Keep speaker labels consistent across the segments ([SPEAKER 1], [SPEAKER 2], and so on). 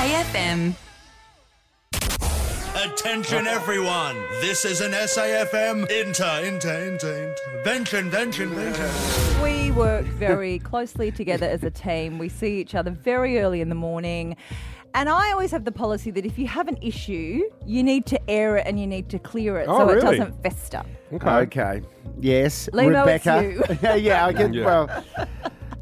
[SPEAKER 1] him.
[SPEAKER 2] Attention, everyone! This is an SAFM inter, inter, inter, intervention, vention, vention.
[SPEAKER 3] We work very closely together as a team. We see each other very early in the morning. And I always have the policy that if you have an issue, you need to air it and you need to clear it
[SPEAKER 4] Oh,
[SPEAKER 3] so it
[SPEAKER 4] really?
[SPEAKER 3] doesn't fester.
[SPEAKER 4] Okay. Yes.
[SPEAKER 3] Lemo, it's
[SPEAKER 4] Rebecca.
[SPEAKER 3] you.
[SPEAKER 4] yeah, I guess.
[SPEAKER 5] Yeah.
[SPEAKER 4] Well,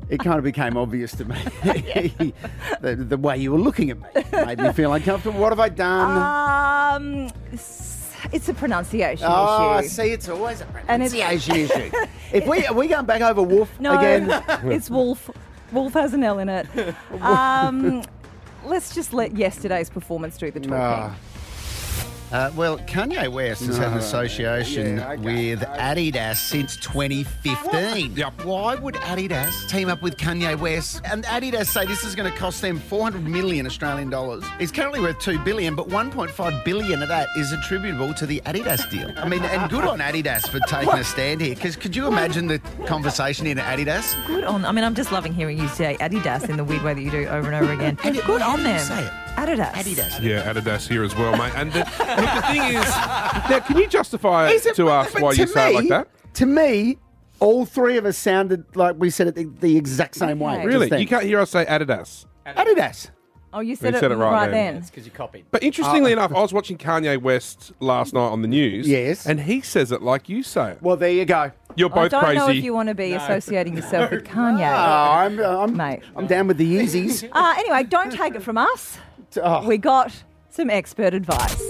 [SPEAKER 4] it kind of became obvious to me. the, the way you were looking at me made me feel uncomfortable. What have I done?
[SPEAKER 3] Um, s- it's a pronunciation
[SPEAKER 4] Oh, I
[SPEAKER 3] issue.
[SPEAKER 4] see. It's always a
[SPEAKER 3] And it's-
[SPEAKER 4] pronunciation issue. If we are we going back over Wolf
[SPEAKER 3] No,
[SPEAKER 4] again,
[SPEAKER 3] it's Wolf. Wolf has an L in it. Um, let's just let yesterday's performance do the talking.
[SPEAKER 4] Ah.
[SPEAKER 6] Uh, well, Kanye West has had an association
[SPEAKER 4] Yeah, okay.
[SPEAKER 6] with Adidas since 2015.
[SPEAKER 5] Yep.
[SPEAKER 6] Why would Adidas team up with Kanye West? And Adidas say this is going to cost them 400 million Australian dollars. It's currently worth 2 billion, but 1.5 billion of that is attributable to the Adidas deal. I mean, and good on Adidas for taking a stand here, because could you imagine the conversation in Adidas?
[SPEAKER 1] Good on. I mean, I'm just loving hearing you say Adidas in the weird way that you do over and over again. And good on them.
[SPEAKER 6] Say it.
[SPEAKER 1] Adidas.
[SPEAKER 6] Adidas.
[SPEAKER 5] Yeah, Adidas here as well, mate. And the, look, the thing is, now can you justify to us
[SPEAKER 4] But
[SPEAKER 5] why you say it like that?
[SPEAKER 4] To me, all three of us sounded like we said it the, the exact same way.
[SPEAKER 3] Okay.
[SPEAKER 4] just
[SPEAKER 5] Really,
[SPEAKER 4] then.
[SPEAKER 5] you can't hear us say Adidas.
[SPEAKER 4] Adidas.
[SPEAKER 3] Oh, you said,
[SPEAKER 5] You
[SPEAKER 3] it,
[SPEAKER 5] said it
[SPEAKER 3] right,
[SPEAKER 5] right
[SPEAKER 3] then.
[SPEAKER 5] then.
[SPEAKER 7] because you copied.
[SPEAKER 5] But interestingly
[SPEAKER 4] Uh,
[SPEAKER 5] enough, I was watching Kanye West last night on the news.
[SPEAKER 4] Yes.
[SPEAKER 5] and he says it like you say it.
[SPEAKER 4] Well, there you go.
[SPEAKER 5] You're
[SPEAKER 3] I
[SPEAKER 5] both
[SPEAKER 3] don't
[SPEAKER 5] crazy.
[SPEAKER 3] know if you want to be associating yourself with Kanye.
[SPEAKER 4] Oh, I'm, I'm,
[SPEAKER 3] Mate.
[SPEAKER 4] I'm down with the Yeezys.
[SPEAKER 3] Uh, anyway, don't take it from us.
[SPEAKER 4] Oh.
[SPEAKER 3] We got some expert advice.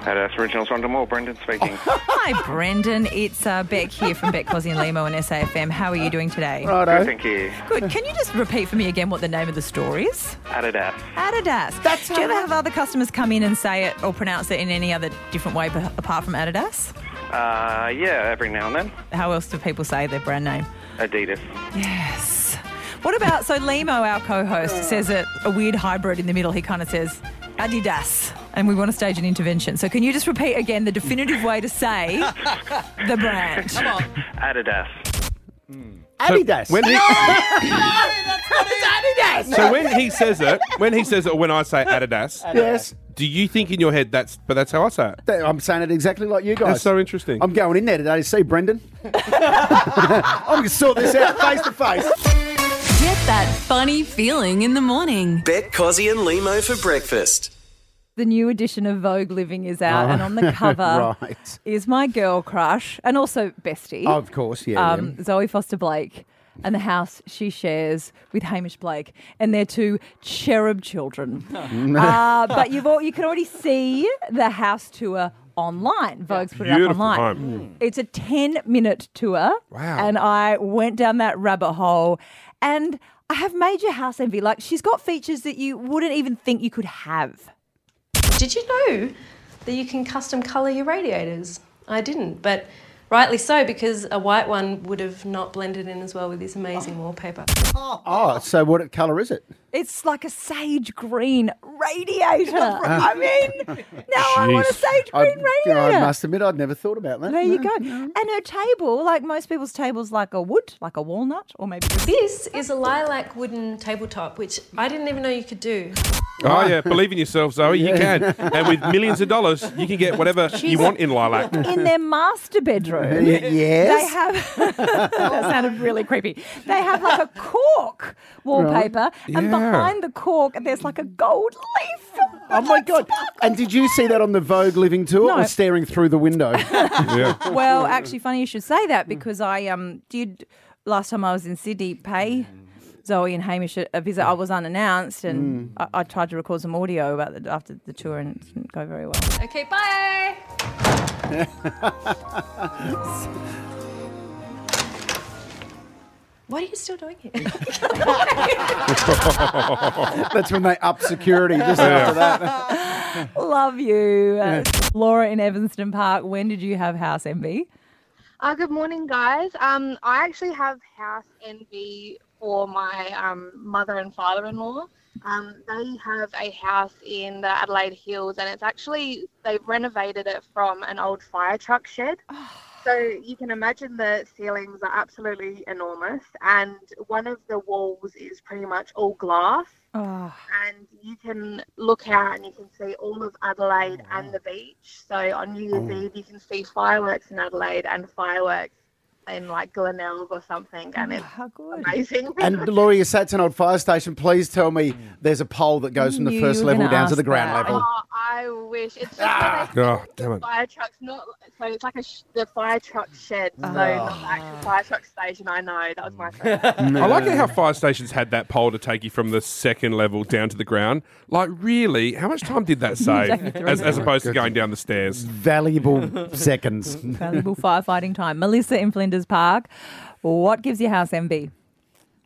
[SPEAKER 8] At us, originals one to more. Brendan speaking.
[SPEAKER 1] Hi, Brendan. It's uh, Beck here from Beck, Cosy and Limo and SAFM. How are you doing today?
[SPEAKER 4] Righto.
[SPEAKER 8] Thank you.
[SPEAKER 1] Good. Can you just repeat for me again what the name of the store is?
[SPEAKER 8] Adidas.
[SPEAKER 1] Adidas. That's Do you ever have other customers come in and say it or pronounce it in any other different way b- apart from Adidas?
[SPEAKER 8] Uh, yeah, every now and then.
[SPEAKER 1] How else do people say their brand name?
[SPEAKER 8] Adidas.
[SPEAKER 1] Yes. What about so Limo, our co-host, says it a weird hybrid in the middle. He kind of says Adidas, and we want to stage an intervention. So can you just repeat again the definitive way to say the brand? Come on.
[SPEAKER 8] Adidas.
[SPEAKER 4] Adidas.
[SPEAKER 5] When he, So when he says it, when he says it, or when I say Adidas,
[SPEAKER 4] yes.
[SPEAKER 5] do you think in your head that's? But that's how I say it.
[SPEAKER 4] Th- I'm saying it exactly like you guys.
[SPEAKER 5] That's so interesting.
[SPEAKER 4] I'm going in there today to see Brendan. I'm going to sort this out face to face.
[SPEAKER 9] Get that funny feeling in the morning.
[SPEAKER 7] Bet Cozzy and Limo for breakfast.
[SPEAKER 3] The new edition of Vogue Living is out, and on the cover
[SPEAKER 4] Oh. Right.
[SPEAKER 3] is my girl crush and also bestie,
[SPEAKER 4] Of course, yeah. yeah.
[SPEAKER 3] um, Zoe Foster Blake, and the house she shares with Hamish Blake and their two cherub children. uh, but you've all, you can already see the house tour online. Vogue's put it up
[SPEAKER 5] Beautiful
[SPEAKER 3] online.
[SPEAKER 4] Hmm.
[SPEAKER 5] home.
[SPEAKER 3] It's a 10 minute tour.
[SPEAKER 5] Wow.
[SPEAKER 3] And I went down that rabbit hole and I have major house envy. Like, she's got features that you wouldn't even think you could have.
[SPEAKER 10] Did you know that you can custom colour your radiators? I didn't, but rightly so because a white one would have not blended in as well with this amazing wallpaper.
[SPEAKER 4] Oh, so what colour is it?
[SPEAKER 3] It's like a sage green radiator. I mean, now I want a
[SPEAKER 5] Jeez.
[SPEAKER 3] sage
[SPEAKER 4] I,
[SPEAKER 3] green radiator.
[SPEAKER 4] I must admit, I'd never thought about that.
[SPEAKER 3] there you
[SPEAKER 4] No.
[SPEAKER 3] go. And her table, like most people's tables, like a wood, like a walnut, or maybe this.
[SPEAKER 10] This is a lilac wooden tabletop, which I didn't even know you could do.
[SPEAKER 5] Oh yeah, believe in yourself, Zoe. You can, and with millions of dollars, you can get whatever you want in lilac.
[SPEAKER 3] in their master bedroom.
[SPEAKER 4] Y-
[SPEAKER 3] Mm. They
[SPEAKER 4] Uh, yes.
[SPEAKER 3] have that sounded really creepy. They have like a cork wallpaper, and
[SPEAKER 5] Yeah.
[SPEAKER 3] behind the cork, there's like a gold leaf.
[SPEAKER 4] Oh my god! And did you see that on the Vogue Living Tour?
[SPEAKER 3] No.
[SPEAKER 4] Or staring through the window.
[SPEAKER 5] Yeah.
[SPEAKER 3] Well, actually, funny you should say
[SPEAKER 4] Hmm.
[SPEAKER 3] that because I um did last time I was in Sydney pay
[SPEAKER 4] Hmm.
[SPEAKER 3] Zoe and Hamish a a visit. I was unannounced, and
[SPEAKER 4] Hmm.
[SPEAKER 3] I, I tried to record some audio about the, after the tour, and it didn't go very well.
[SPEAKER 10] Okay, bye! what are you still doing here?
[SPEAKER 4] That's when they up security. Just after that.
[SPEAKER 3] Love you, Uh, Laura in Evanston Park. When did you have house envy?
[SPEAKER 10] Uh, good morning, guys. Um, I actually have house envy for my um, mother and father in law. Um, they have a house in the Adelaide Hills, and it's actually, they've renovated it from an old fire truck shed.
[SPEAKER 11] So you can imagine the ceilings are absolutely enormous, and one of the walls is pretty much all glass.
[SPEAKER 3] Oh.
[SPEAKER 11] And you can look out and you can see all of Adelaide and the beach. So on New Year's
[SPEAKER 12] Oh.
[SPEAKER 11] Eve, you can see fireworks in Adelaide and fireworks in like Glenelg or something, and it's amazing.
[SPEAKER 4] And Laurie, you sat at an old fire station. Please tell me there's a pole that goes from the
[SPEAKER 11] Knew
[SPEAKER 4] first
[SPEAKER 11] you were
[SPEAKER 4] level
[SPEAKER 11] gonna
[SPEAKER 4] down to
[SPEAKER 11] ask
[SPEAKER 4] the ground
[SPEAKER 11] that.
[SPEAKER 4] level.
[SPEAKER 11] Oh, I wish it's just ah.
[SPEAKER 5] Oh, damn it.
[SPEAKER 11] fire trucks, not so it's like a sh- the fire truck shed, so
[SPEAKER 5] Oh.
[SPEAKER 11] not the actual fire truck station. I know that was my favorite.
[SPEAKER 5] I like it how fire stations had that pole to take you from the second level down to the ground. Like, really, how much time did that save
[SPEAKER 3] Exactly three
[SPEAKER 5] as, as
[SPEAKER 3] minutes.
[SPEAKER 5] opposed to going down the stairs?
[SPEAKER 4] Valuable seconds.
[SPEAKER 3] Valuable firefighting time. Melissa in Flinders Park, what gives your house envy?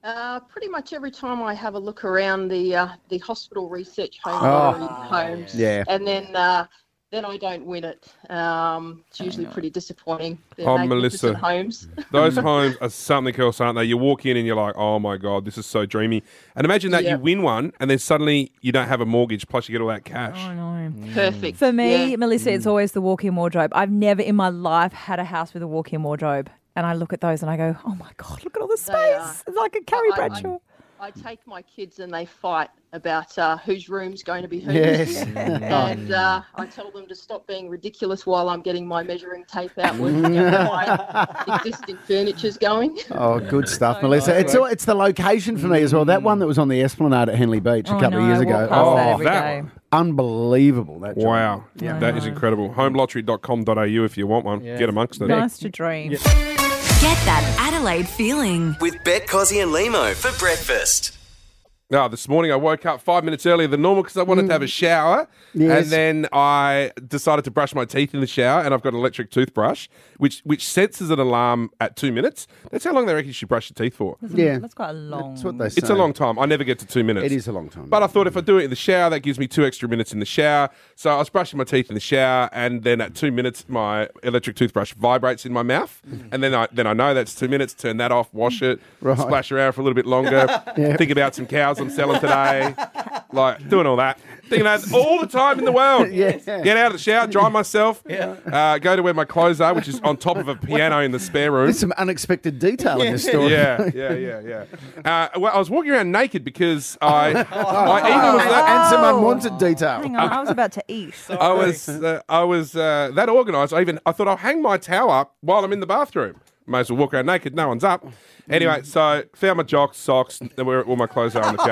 [SPEAKER 13] Uh, pretty much every time I have a look around the uh, the hospital research home,
[SPEAKER 4] Oh.
[SPEAKER 13] lottery homes,
[SPEAKER 4] Yeah.
[SPEAKER 13] and then uh, then I don't win it. Um, it's usually pretty disappointing. They're
[SPEAKER 5] Oh,
[SPEAKER 13] magnificent
[SPEAKER 5] Melissa,
[SPEAKER 13] homes.
[SPEAKER 5] those homes are something else, aren't they? You walk in and you're like, oh my God, this is so dreamy. And imagine that
[SPEAKER 13] Yeah.
[SPEAKER 5] you win one and then suddenly you don't have a mortgage, plus you get all that cash. Oh,
[SPEAKER 3] no.
[SPEAKER 13] Perfect.
[SPEAKER 3] For me,
[SPEAKER 13] Yeah.
[SPEAKER 3] Melissa, it's always the walk in wardrobe. I've never in my life had a house with a walk in wardrobe. And I look at those and I go, oh my God, look at all the
[SPEAKER 13] They are.
[SPEAKER 3] space. It's like a Carrie
[SPEAKER 13] I- I-
[SPEAKER 3] Bradshaw.
[SPEAKER 13] I take my kids and they fight about uh, whose room's going to be whose.
[SPEAKER 3] Yes.
[SPEAKER 13] and uh, I tell them to stop being ridiculous while I'm getting my measuring tape out working out my existing furniture's going.
[SPEAKER 4] Oh, good stuff, Melissa. It's all, it's the location for me as well. That one that was on the Esplanade at Henley Beach a
[SPEAKER 3] Oh, I
[SPEAKER 4] couple
[SPEAKER 3] know,
[SPEAKER 4] of years
[SPEAKER 3] I walk
[SPEAKER 4] ago.
[SPEAKER 3] past
[SPEAKER 4] Oh,
[SPEAKER 3] that every That day.
[SPEAKER 4] unbelievable. That job.
[SPEAKER 5] Wow. That is incredible. Homelottery.com.au if you want one. Get amongst it.
[SPEAKER 3] Nice to dream.
[SPEAKER 9] Get that Adelaide feeling.
[SPEAKER 7] With Bet Cozzy and Limo for breakfast.
[SPEAKER 5] Ah, this morning I woke up five minutes earlier than normal because I wanted to have a shower.
[SPEAKER 7] Yes.
[SPEAKER 5] And then I decided to brush my teeth in the shower, and I've got an electric toothbrush, which which senses an alarm at two minutes. That's how long they reckon you should brush your teeth for.
[SPEAKER 4] Yeah.
[SPEAKER 3] That's quite a long.
[SPEAKER 4] That's what they say.
[SPEAKER 5] It's a long time. I never get to two minutes.
[SPEAKER 4] It is a long time.
[SPEAKER 5] But I thought if I do it in the shower, that gives me two extra minutes in the shower. So I was brushing my teeth in the shower, and then at two minutes, my electric toothbrush vibrates in my mouth, and then I then I know that's two minutes. Turn that off, wash it,
[SPEAKER 4] Right.
[SPEAKER 5] splash around for a little bit longer.
[SPEAKER 4] Yeah.
[SPEAKER 5] Think about some cows I'm selling today, like doing all that. Thinking that all the time in the world. Get out of the shower, dry myself, uh, go to where my clothes are, which is on top of a piano in the spare room.
[SPEAKER 4] There's some unexpected detail in this story.
[SPEAKER 5] Yeah, yeah, yeah, yeah. Uh, well, I was walking around naked because I, I either
[SPEAKER 4] and,
[SPEAKER 5] was that,
[SPEAKER 4] and some unwanted detail.
[SPEAKER 1] Hang on, I was about to eat.
[SPEAKER 5] I was, uh, I was uh, that organised. I even I thought I'll hang my towel up while I'm in the bathroom. May as well walk around naked. No one's up. Anyway, so found my jocks, socks, and where all my clothes are on the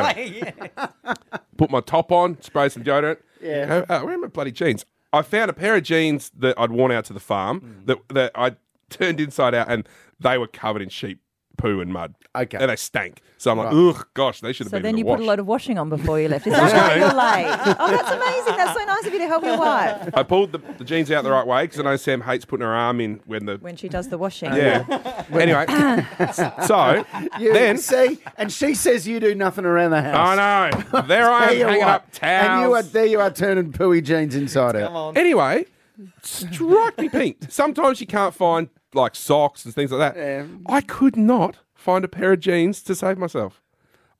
[SPEAKER 4] Uh,
[SPEAKER 5] counter. Put my top on, spray some deodorant.
[SPEAKER 14] Yeah.
[SPEAKER 5] Go, "Oh, where are my bloody jeans? I found a pair of jeans that I'd worn out to the farm
[SPEAKER 4] Mm.
[SPEAKER 5] that that I turned inside out, and they were covered in sheep poo and mud. Okay, and they stank. So I'm like,
[SPEAKER 3] Right.
[SPEAKER 5] ugh, gosh, they should have
[SPEAKER 3] So
[SPEAKER 5] been
[SPEAKER 3] then
[SPEAKER 5] in the
[SPEAKER 3] you
[SPEAKER 5] wash.
[SPEAKER 3] put a load of washing on before you left. Is that how you're late? Oh, that's amazing. That's so nice of you to help your wife
[SPEAKER 5] I pulled the, the jeans out the right way because I know Sam hates putting her arm in when the
[SPEAKER 3] when she does the washing.
[SPEAKER 5] yeah. anyway, so
[SPEAKER 4] You
[SPEAKER 5] then
[SPEAKER 4] see, and she says you do nothing around the house.
[SPEAKER 5] I know. There I am
[SPEAKER 4] you
[SPEAKER 5] hanging
[SPEAKER 4] are.
[SPEAKER 5] up towels.
[SPEAKER 4] and you are there. You are turning pooey jeans inside out.
[SPEAKER 5] Anyway, strike me pink. Sometimes you can't find like socks and things like that. I could not find a pair of jeans to save myself.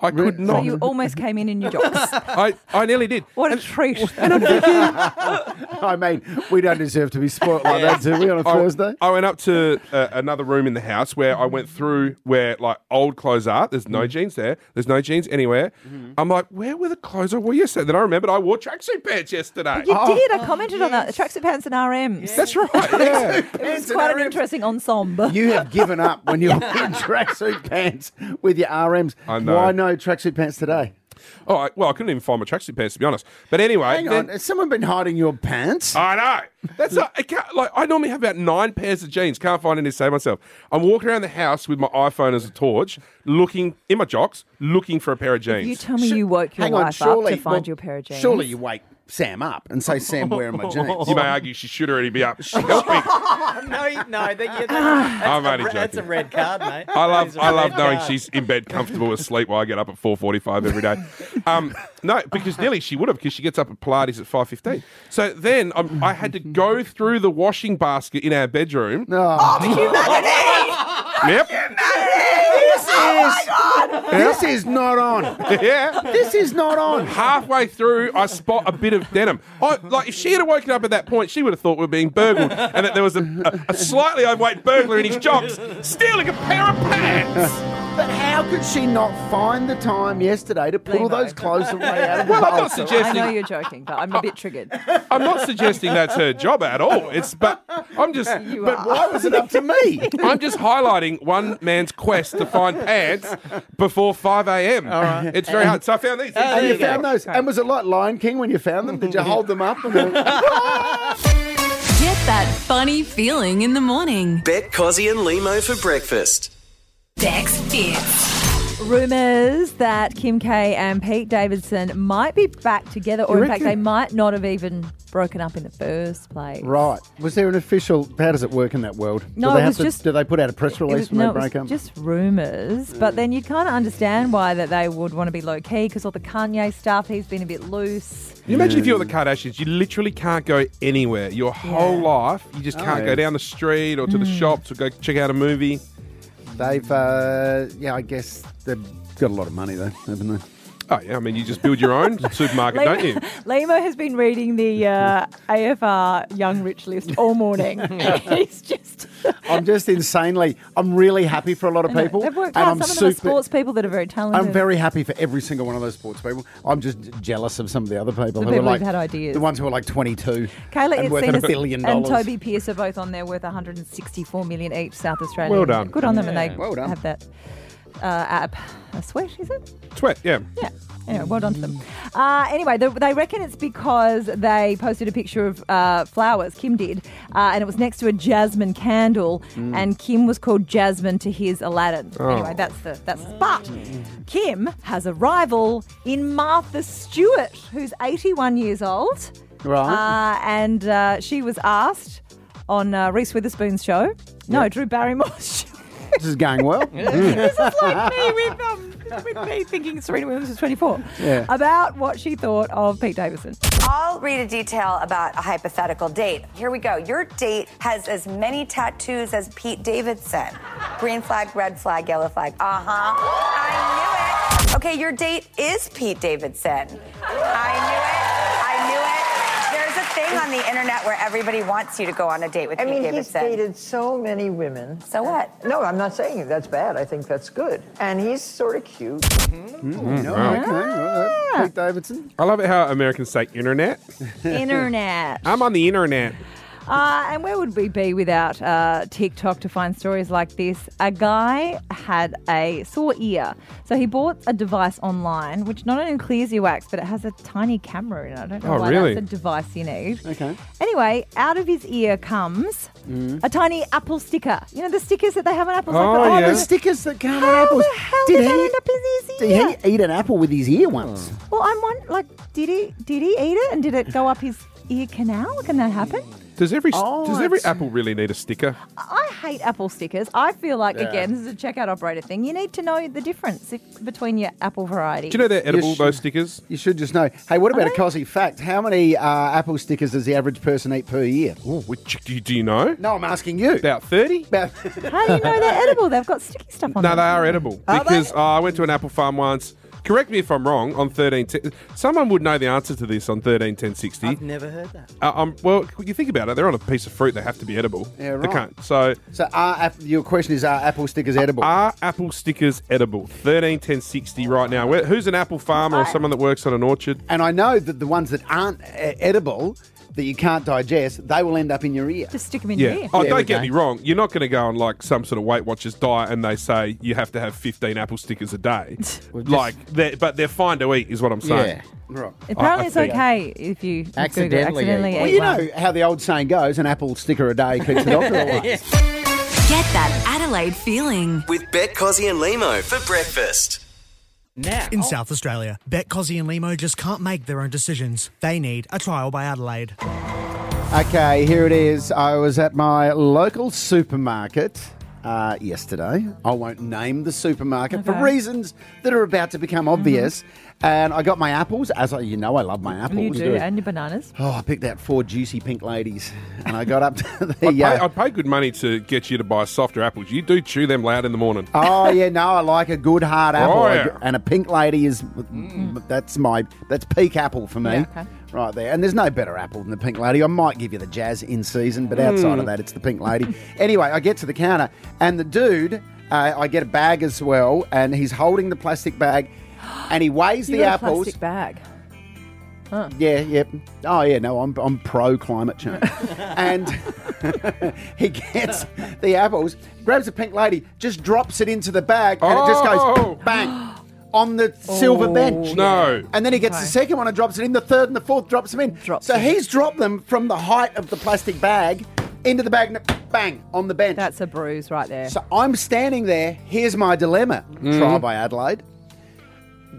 [SPEAKER 5] I could
[SPEAKER 3] So
[SPEAKER 5] not.
[SPEAKER 3] you almost came in in your jocks.
[SPEAKER 5] I, I nearly did.
[SPEAKER 3] What a treat.
[SPEAKER 4] I mean, we don't deserve to be spoilt like that, do we? On a
[SPEAKER 5] I-
[SPEAKER 4] Thursday.
[SPEAKER 5] I, went up to uh, another room in the house where I went through where like old clothes are. There's no jeans there. There's no jeans anywhere. I'm like, where were the clothes I wore yesterday? Then I remembered I wore tracksuit pants yesterday.
[SPEAKER 3] You
[SPEAKER 4] Oh.
[SPEAKER 3] did.
[SPEAKER 9] Oh,
[SPEAKER 3] I commented on that. Tracksuit pants and RMs.
[SPEAKER 5] That's right. Yeah.
[SPEAKER 3] It was quite an interesting ensemble.
[SPEAKER 4] You have given up when you're in tracksuit pants with your RMs.
[SPEAKER 5] I know.
[SPEAKER 4] Why no tracksuit pants today?
[SPEAKER 5] Oh, I, well, I couldn't even find my tracksuit pants to be honest. But anyway,
[SPEAKER 4] Hang on,
[SPEAKER 5] then-
[SPEAKER 4] has someone been hiding your pants?
[SPEAKER 5] I know. That's not, I can't, like I normally have about nine pairs of jeans. Can't find any to save myself. I'm walking around the house with my iPhone as a torch, looking in my jocks, looking for a pair of jeans.
[SPEAKER 3] You tell me you woke your
[SPEAKER 4] Hang on,
[SPEAKER 3] wife
[SPEAKER 4] surely-
[SPEAKER 3] up to find
[SPEAKER 4] well,
[SPEAKER 3] your pair of jeans.
[SPEAKER 4] Surely you wake Sam up and say, Sam, where are my jeans?
[SPEAKER 5] You may argue she should already be up. Help me.
[SPEAKER 14] no, you- no, that, yeah, that,
[SPEAKER 5] I'm
[SPEAKER 14] that's, a,
[SPEAKER 5] only
[SPEAKER 14] re- that's a
[SPEAKER 5] joking.
[SPEAKER 14] red card, mate.
[SPEAKER 5] I love I love knowing
[SPEAKER 14] she's.
[SPEAKER 5] she's in bed, comfortable asleep, while I get up at four forty-five every day. Um, no, because nearly she would have, because she gets up at Pilates at five fifteen. So then um, I had to go through the washing
[SPEAKER 14] Oh,
[SPEAKER 5] basket in our bedroom.
[SPEAKER 4] No.
[SPEAKER 5] Yep.
[SPEAKER 4] This is Oh my God! This is not on.
[SPEAKER 5] yeah.
[SPEAKER 4] This is not on.
[SPEAKER 5] Halfway through, I spot a bit of denim. I, like, if she had woken up at that point, she would have thought we were being burgled and that there was a, a, a slightly overweight burglar in his jocks stealing a pair of pants.
[SPEAKER 4] But how could she not find the time yesterday to put all those clothes away out of the
[SPEAKER 5] Well, I'm not
[SPEAKER 4] bowl?
[SPEAKER 5] suggesting-
[SPEAKER 3] I know you're joking, but I'm a bit triggered.
[SPEAKER 5] I'm not suggesting that's her job at all. It's but I'm just
[SPEAKER 3] You
[SPEAKER 4] But why was it up to me?
[SPEAKER 5] I'm just highlighting one man's quest to find pants before 5 a.m. All right. It's very hard. So I found these. These
[SPEAKER 4] and
[SPEAKER 5] are
[SPEAKER 4] you
[SPEAKER 5] there.
[SPEAKER 4] found those. And was it like Lion King when you found them? Did you hold them up? And then,
[SPEAKER 9] Get that funny feeling in the morning.
[SPEAKER 7] Bet Cozzy and Limo for breakfast.
[SPEAKER 9] Dex Fits.
[SPEAKER 3] Rumours that Kim K and Pete Davidson might be back together, or
[SPEAKER 4] You
[SPEAKER 3] in fact,
[SPEAKER 4] reckon?
[SPEAKER 3] they might not have even broken up in the first place.
[SPEAKER 4] right. Was there an official? How does it work in that world?
[SPEAKER 3] No,
[SPEAKER 4] do they
[SPEAKER 3] it
[SPEAKER 4] have
[SPEAKER 3] was
[SPEAKER 4] to-
[SPEAKER 3] just-
[SPEAKER 4] Do they put out a press
[SPEAKER 3] It
[SPEAKER 4] release
[SPEAKER 3] was-
[SPEAKER 4] when
[SPEAKER 3] no,
[SPEAKER 4] they
[SPEAKER 3] it was
[SPEAKER 4] break up?
[SPEAKER 3] just rumours,
[SPEAKER 4] Mm.
[SPEAKER 3] but then you'd kind of understand why that they would want to be low key because all the Kanye stuff, he's been a bit loose.
[SPEAKER 5] Can you imagine if you were the Kardashians? You literally can't go anywhere. Your whole life, you just
[SPEAKER 4] Oh,
[SPEAKER 5] can't
[SPEAKER 4] yeah.
[SPEAKER 5] go down the street or to the shops or go check out a movie.
[SPEAKER 4] They've, uh, yeah, I guess they've got a lot of money though, haven't they?
[SPEAKER 5] Oh yeah, I mean, you just build your own supermarket, don't you?
[SPEAKER 3] Lemo has been reading the uh, AFR Young Rich list all morning. He's just.
[SPEAKER 4] I'm just insanely. I'm really happy for a lot of people,
[SPEAKER 3] They've worked
[SPEAKER 4] and
[SPEAKER 3] hard.
[SPEAKER 4] I'm
[SPEAKER 3] Some
[SPEAKER 4] super.
[SPEAKER 3] of them are sports people that are very talented.
[SPEAKER 4] I'm very happy for every single one of those sports people. I'm just jealous of some of the other people
[SPEAKER 3] The
[SPEAKER 4] who
[SPEAKER 3] people
[SPEAKER 4] are
[SPEAKER 3] who've
[SPEAKER 4] like
[SPEAKER 3] had ideas.
[SPEAKER 4] The ones who are like 22
[SPEAKER 3] Kayla
[SPEAKER 4] and worth
[SPEAKER 3] Itzina
[SPEAKER 4] a billion
[SPEAKER 3] and
[SPEAKER 4] dollars.
[SPEAKER 3] Toby Pierce are both on there worth 164 million each, South Australia.
[SPEAKER 5] Well done.
[SPEAKER 3] Good on them,
[SPEAKER 5] Yeah.
[SPEAKER 3] and they
[SPEAKER 5] Well done.
[SPEAKER 3] have that uh, app. A sweat, is it?
[SPEAKER 5] Sweat, yeah.
[SPEAKER 3] Yeah. Anyway, well done to them. Uh, anyway, the, they reckon it's because they posted a picture of uh, flowers, Kim did, uh, and it was next to a jasmine candle,
[SPEAKER 12] Mm.
[SPEAKER 3] and Kim was called Jasmine to his Aladdin.
[SPEAKER 12] Oh.
[SPEAKER 3] Anyway, that's the that's the but Kim has a rival in Martha Stewart, who's 81 years old.
[SPEAKER 4] Right.
[SPEAKER 3] Uh, and uh, she was asked on uh, Reese Witherspoon's show. No, Drew Barrymore's show.
[SPEAKER 4] This is going well.
[SPEAKER 3] this is like me with, um, with me thinking Serena Williams was 24.
[SPEAKER 4] Yeah.
[SPEAKER 3] About what she thought of Pete Davidson.
[SPEAKER 15] I'll read a detail about a hypothetical date. Here we go. Your date has as many tattoos as Pete Davidson. Green flag, red flag, yellow flag. Uh huh. I knew it. Okay, your date is Pete Davidson. There's a thing on the internet where everybody wants you to go on a date with
[SPEAKER 16] I
[SPEAKER 15] Pete
[SPEAKER 16] mean, he's
[SPEAKER 15] Davidson.
[SPEAKER 16] dated so many women.
[SPEAKER 15] So what?
[SPEAKER 16] No, I'm not saying that's bad. I think that's good. And he's sort of cute.
[SPEAKER 4] Mm,
[SPEAKER 5] wow.
[SPEAKER 4] okay, well, uh, Pete Davidson.
[SPEAKER 5] I love it how Americans say internet.
[SPEAKER 3] Internet.
[SPEAKER 5] I'm on the internet.
[SPEAKER 3] Uh, and where would we be without uh, TikTok to find stories like this? A guy had a sore ear. So he bought a device online, which not only clears your wax, but it has a tiny camera in it. I don't know
[SPEAKER 12] Oh,
[SPEAKER 3] why
[SPEAKER 12] really?
[SPEAKER 3] that's a device you need.
[SPEAKER 4] Okay. Mm.
[SPEAKER 3] Anyway, out of his ear comes a tiny Apple sticker. You know, the stickers that they have on apples.
[SPEAKER 4] Oh,
[SPEAKER 3] like the-
[SPEAKER 4] yeah. the stickers that come on apples. Did
[SPEAKER 3] did
[SPEAKER 4] he-
[SPEAKER 3] that end up in his ear?
[SPEAKER 4] Did he eat an apple with his ear once?
[SPEAKER 3] Well, I'm one like, did he did he eat it and did it go up his ear canal? Can that happen?
[SPEAKER 5] Does every
[SPEAKER 3] Oh,
[SPEAKER 5] does every
[SPEAKER 3] that's-
[SPEAKER 5] apple really need a sticker?
[SPEAKER 3] I hate Apple stickers. I feel like
[SPEAKER 5] Yeah.
[SPEAKER 3] again, this is a checkout operator thing. You need to know the difference if- between your Apple variety.
[SPEAKER 4] You should- You should just know. Hey, what about a cosy fact? How many uh, apple stickers does the average person eat per year?
[SPEAKER 5] Which do you, do you know?
[SPEAKER 4] No, I'm asking you.
[SPEAKER 5] About thirty.
[SPEAKER 4] About
[SPEAKER 3] How do you know they're edible? They've got sticky stuff on
[SPEAKER 5] No,
[SPEAKER 3] them.
[SPEAKER 5] they are edible
[SPEAKER 3] Are
[SPEAKER 5] because uh, I went to an apple farm once. Correct me if I'm wrong. On thirteen, te- someone would know the answer to this on thirteen ten sixty.
[SPEAKER 14] I've never heard that.
[SPEAKER 5] Uh, um, well, you think about it. They're on a piece of fruit. They have to be edible.
[SPEAKER 4] Yeah,
[SPEAKER 5] They
[SPEAKER 4] right.
[SPEAKER 5] can't. So,
[SPEAKER 4] so are app- your question is: Are apple stickers edible?
[SPEAKER 5] Are apple stickers edible? Thirteen ten sixty right now. Where, who's an apple farmer or someone that works on an orchard?
[SPEAKER 4] And I know that the ones that aren't uh, edible, that you can't digest, they will end up in your ear.
[SPEAKER 3] Just stick them in
[SPEAKER 5] Yeah.
[SPEAKER 3] your ear.
[SPEAKER 5] Oh, don't get me wrong. You're not going to go on like some sort of Weight Watchers diet and they say you have to have 15 apple stickers a day. like, they're, but they're fine to eat, is what I'm saying.
[SPEAKER 4] Right.
[SPEAKER 3] Apparently,
[SPEAKER 5] I- I
[SPEAKER 3] it's
[SPEAKER 5] think-
[SPEAKER 3] okay if you Google
[SPEAKER 4] Accidentally,
[SPEAKER 3] accidentally
[SPEAKER 4] Well,
[SPEAKER 3] eat
[SPEAKER 4] you
[SPEAKER 3] one.
[SPEAKER 4] know how the old saying goes: an apple sticker a day keeps the doctor away.
[SPEAKER 9] Get that Adelaide feeling.
[SPEAKER 7] With Bet Cozzy and Limo for breakfast.
[SPEAKER 17] Now. In South Australia, Bet Cozzy and Limo just can't make their own decisions. They need a trial by Adelaide.
[SPEAKER 4] Okay, here it is. I was at my local supermarket uh, yesterday. I won't name the supermarket for
[SPEAKER 1] Okay.
[SPEAKER 4] reasons that are about to become obvious. And I got my apples, as I, you know, I love my apples.
[SPEAKER 1] You do, and your bananas.
[SPEAKER 4] Oh, I picked out four juicy pink ladies, and I got up to the.
[SPEAKER 5] I, pay,
[SPEAKER 4] uh,
[SPEAKER 5] I pay good money to get you to buy softer apples. You do chew them loud in the morning.
[SPEAKER 4] Oh yeah, no, I like a good hard
[SPEAKER 5] Oh,
[SPEAKER 4] apple, I
[SPEAKER 5] yeah. Mm.
[SPEAKER 4] g- and a pink lady is that's my that's peak apple for me,
[SPEAKER 5] Yeah, okay.
[SPEAKER 4] right there. And there's no better apple than the pink lady. I might give you the jazz in season, but outside of
[SPEAKER 5] Mm.
[SPEAKER 4] that, it's the pink lady. anyway, I get to the counter, and the dude, uh, I get a bag as well, and he's holding the plastic bag, and he weighs
[SPEAKER 3] You
[SPEAKER 4] the
[SPEAKER 3] got a
[SPEAKER 4] apples.
[SPEAKER 3] plastic bag. Huh.
[SPEAKER 4] Yeah, yep. Oh, yeah, no, I'm, I'm pro climate change. and he gets the apples, grabs a pink lady, just drops it into the bag, and it just
[SPEAKER 5] Oh.
[SPEAKER 4] goes bang on the silver
[SPEAKER 5] Oh,
[SPEAKER 4] bench.
[SPEAKER 5] No.
[SPEAKER 4] And then he gets
[SPEAKER 5] Okay.
[SPEAKER 4] the second one and drops it in, the third and the fourth drops them in. so he's dropped them from the height of the plastic bag into the bag and bang on the bench. That's
[SPEAKER 3] a bruise right there.
[SPEAKER 4] So I'm standing there. Here's my dilemma,
[SPEAKER 5] Mm.
[SPEAKER 4] trial by Adelaide.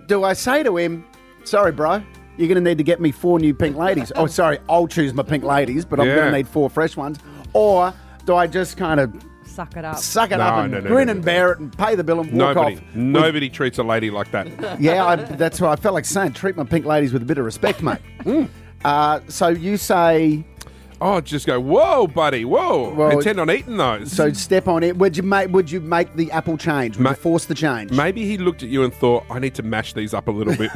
[SPEAKER 4] Do I say to him, sorry, bro, you're going to need to get me four new pink ladies? oh, sorry, I'll choose my pink ladies, but I'm
[SPEAKER 5] Yeah.
[SPEAKER 4] going to need four fresh ones. Or do I just kind of
[SPEAKER 3] Suck it up.
[SPEAKER 4] suck it up
[SPEAKER 5] No,
[SPEAKER 4] and
[SPEAKER 5] no, no,
[SPEAKER 4] grin
[SPEAKER 5] no,
[SPEAKER 4] and bear it and pay the bill and walk
[SPEAKER 5] Nobody,
[SPEAKER 4] off?
[SPEAKER 5] nobody treats a lady like that.
[SPEAKER 4] yeah, I, that's why I felt like saying treat my pink ladies with a bit of respect, mate.
[SPEAKER 5] Mm.
[SPEAKER 4] Uh, so you say.
[SPEAKER 5] Oh, just go, whoa, buddy, whoa.
[SPEAKER 4] Well,
[SPEAKER 5] Intend on eating those.
[SPEAKER 4] So step on it. Would you make? Would you make the apple change? Would you force the change?
[SPEAKER 5] Maybe he looked at you and thought, I need to mash these up a little bit.